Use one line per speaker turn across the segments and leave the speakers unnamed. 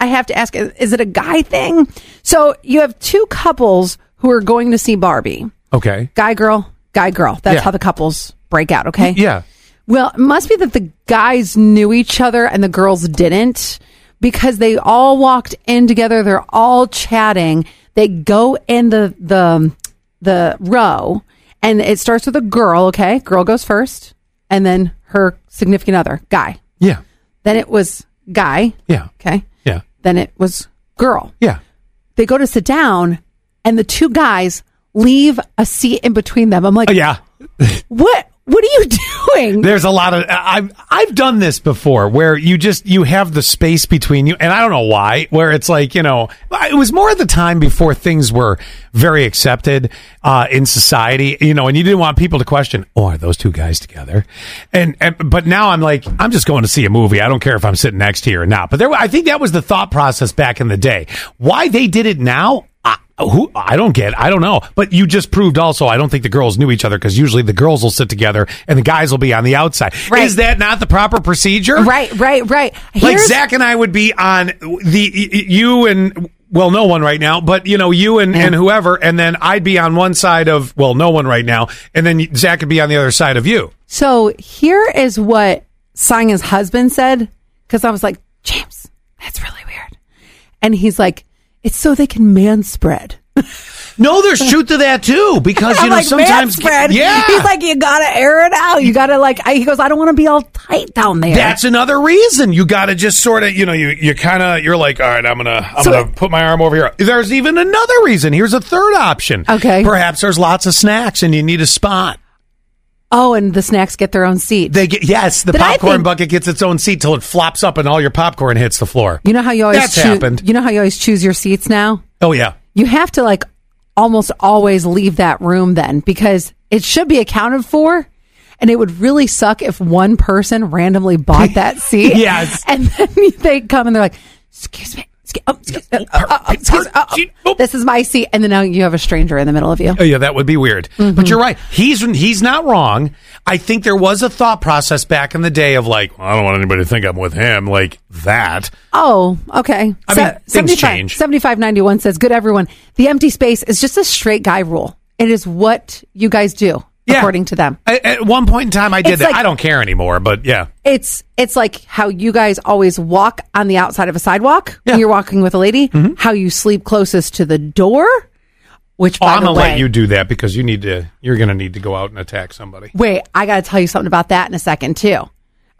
I have to ask is it a guy thing? So you have two couples who are going to see Barbie
Okay.
guy, girl, guy, girl. That's
Yeah.
how the couples break out, okay?
Yeah.
Well, it must be that the guys knew each other and the girls didn't because they all walked in together. They're all chatting. They go in the the the row, and it starts with a girl. Okay, girl goes first, and then her significant other, guy.
Yeah.
Then it was guy.
Yeah.
Okay.
Yeah.
Then it was girl.
Yeah.
They go to sit down, and the two guys leave a seat in between them. I'm like,
Oh, yeah.
what? What are you doing?
There's a lot of I- I've I've done this before where you just you have the space between you and I don't know why where it's like you know it was more at the time before things were very accepted uh, in society you know and you didn't want people to question oh are those two guys together and, and but now I'm like I'm just going to see a movie I don't care if I'm sitting next to you or not but there I think that was the thought process back in the day why they did it now I, who I don't get. I don't know. But you just proved also. I don't think the girls knew each other because usually the girls will sit together and the guys will be on the outside.
Right.
Is that not the proper procedure?
Right, right, right.
Like
Here's-
Zach and I would be on the y- y- you and well no one right now, but you know you and, and whoever, and then I'd be on one side of well no one right now, and then Zach would be on the other side of you.
So here is what Sanya's husband said because I was like, James, that's really weird. And he's like, it's so they can manspread.
No, there's truth to that too because you
I'm
know
like,
sometimes
manspread?
yeah
He's like, you got to air it out. You got to like, I, he goes, I don't want to be all tight down there.
That's another reason you got to just sort of, you know, you you kind of you're like, all right, I'm gonna I'm
So-
gonna put my arm over here. There's even another reason. Here's a third option.
Okay.
perhaps there's lots of snacks and you need a spot.
oh, and the snacks get their own seat.
They get yes, the
But I
popcorn
think-
bucket gets its own seat till it flops up and all your popcorn hits the floor.
you know how you always
That's
choose,
happened.
you know how you always choose your seats now?
Oh yeah,
You have to like almost always leave that room then because it should be accounted for. And it would really suck if one person randomly bought that seat.
Yes.
And then they come and they're like, excuse me. Excuse, oh, excuse, uh, uh, uh, excuse, uh, uh, this is my seat. And then now you have a stranger in the middle of you.
Oh, yeah, that would be weird.
Mm-hmm.
But you're right. He's he's not wrong. I think there was a thought process back in the day of like, I don't want anybody to think I'm with him like that.
Oh, okay.
I mean, things
75
change.
7591 says, good everyone. The empty space is just a straight guy rule. It is what you guys do,
Yeah.
according to them.
I, at one point in time, I did
It's
that.
like-
I don't care anymore. But yeah,
it's it's like how you guys always walk on the outside of a sidewalk
Yeah. Mm-hmm.
when you're walking with a lady. How you sleep closest to the door, which
Oh,
by
I'm
the
gonna
way,
let you do that because you need to. You're gonna need to go out and attack somebody.
wait, I got to tell you something about that in a second too,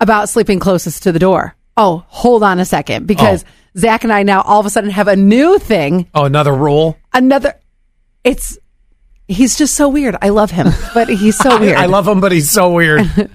about sleeping closest to the door. Oh, hold on a second because Zach and I now all of a sudden have a new thing.
Oh, another rule.
Another, it's he's just so weird. I love him, but he's so weird.
I love him, but he's so weird.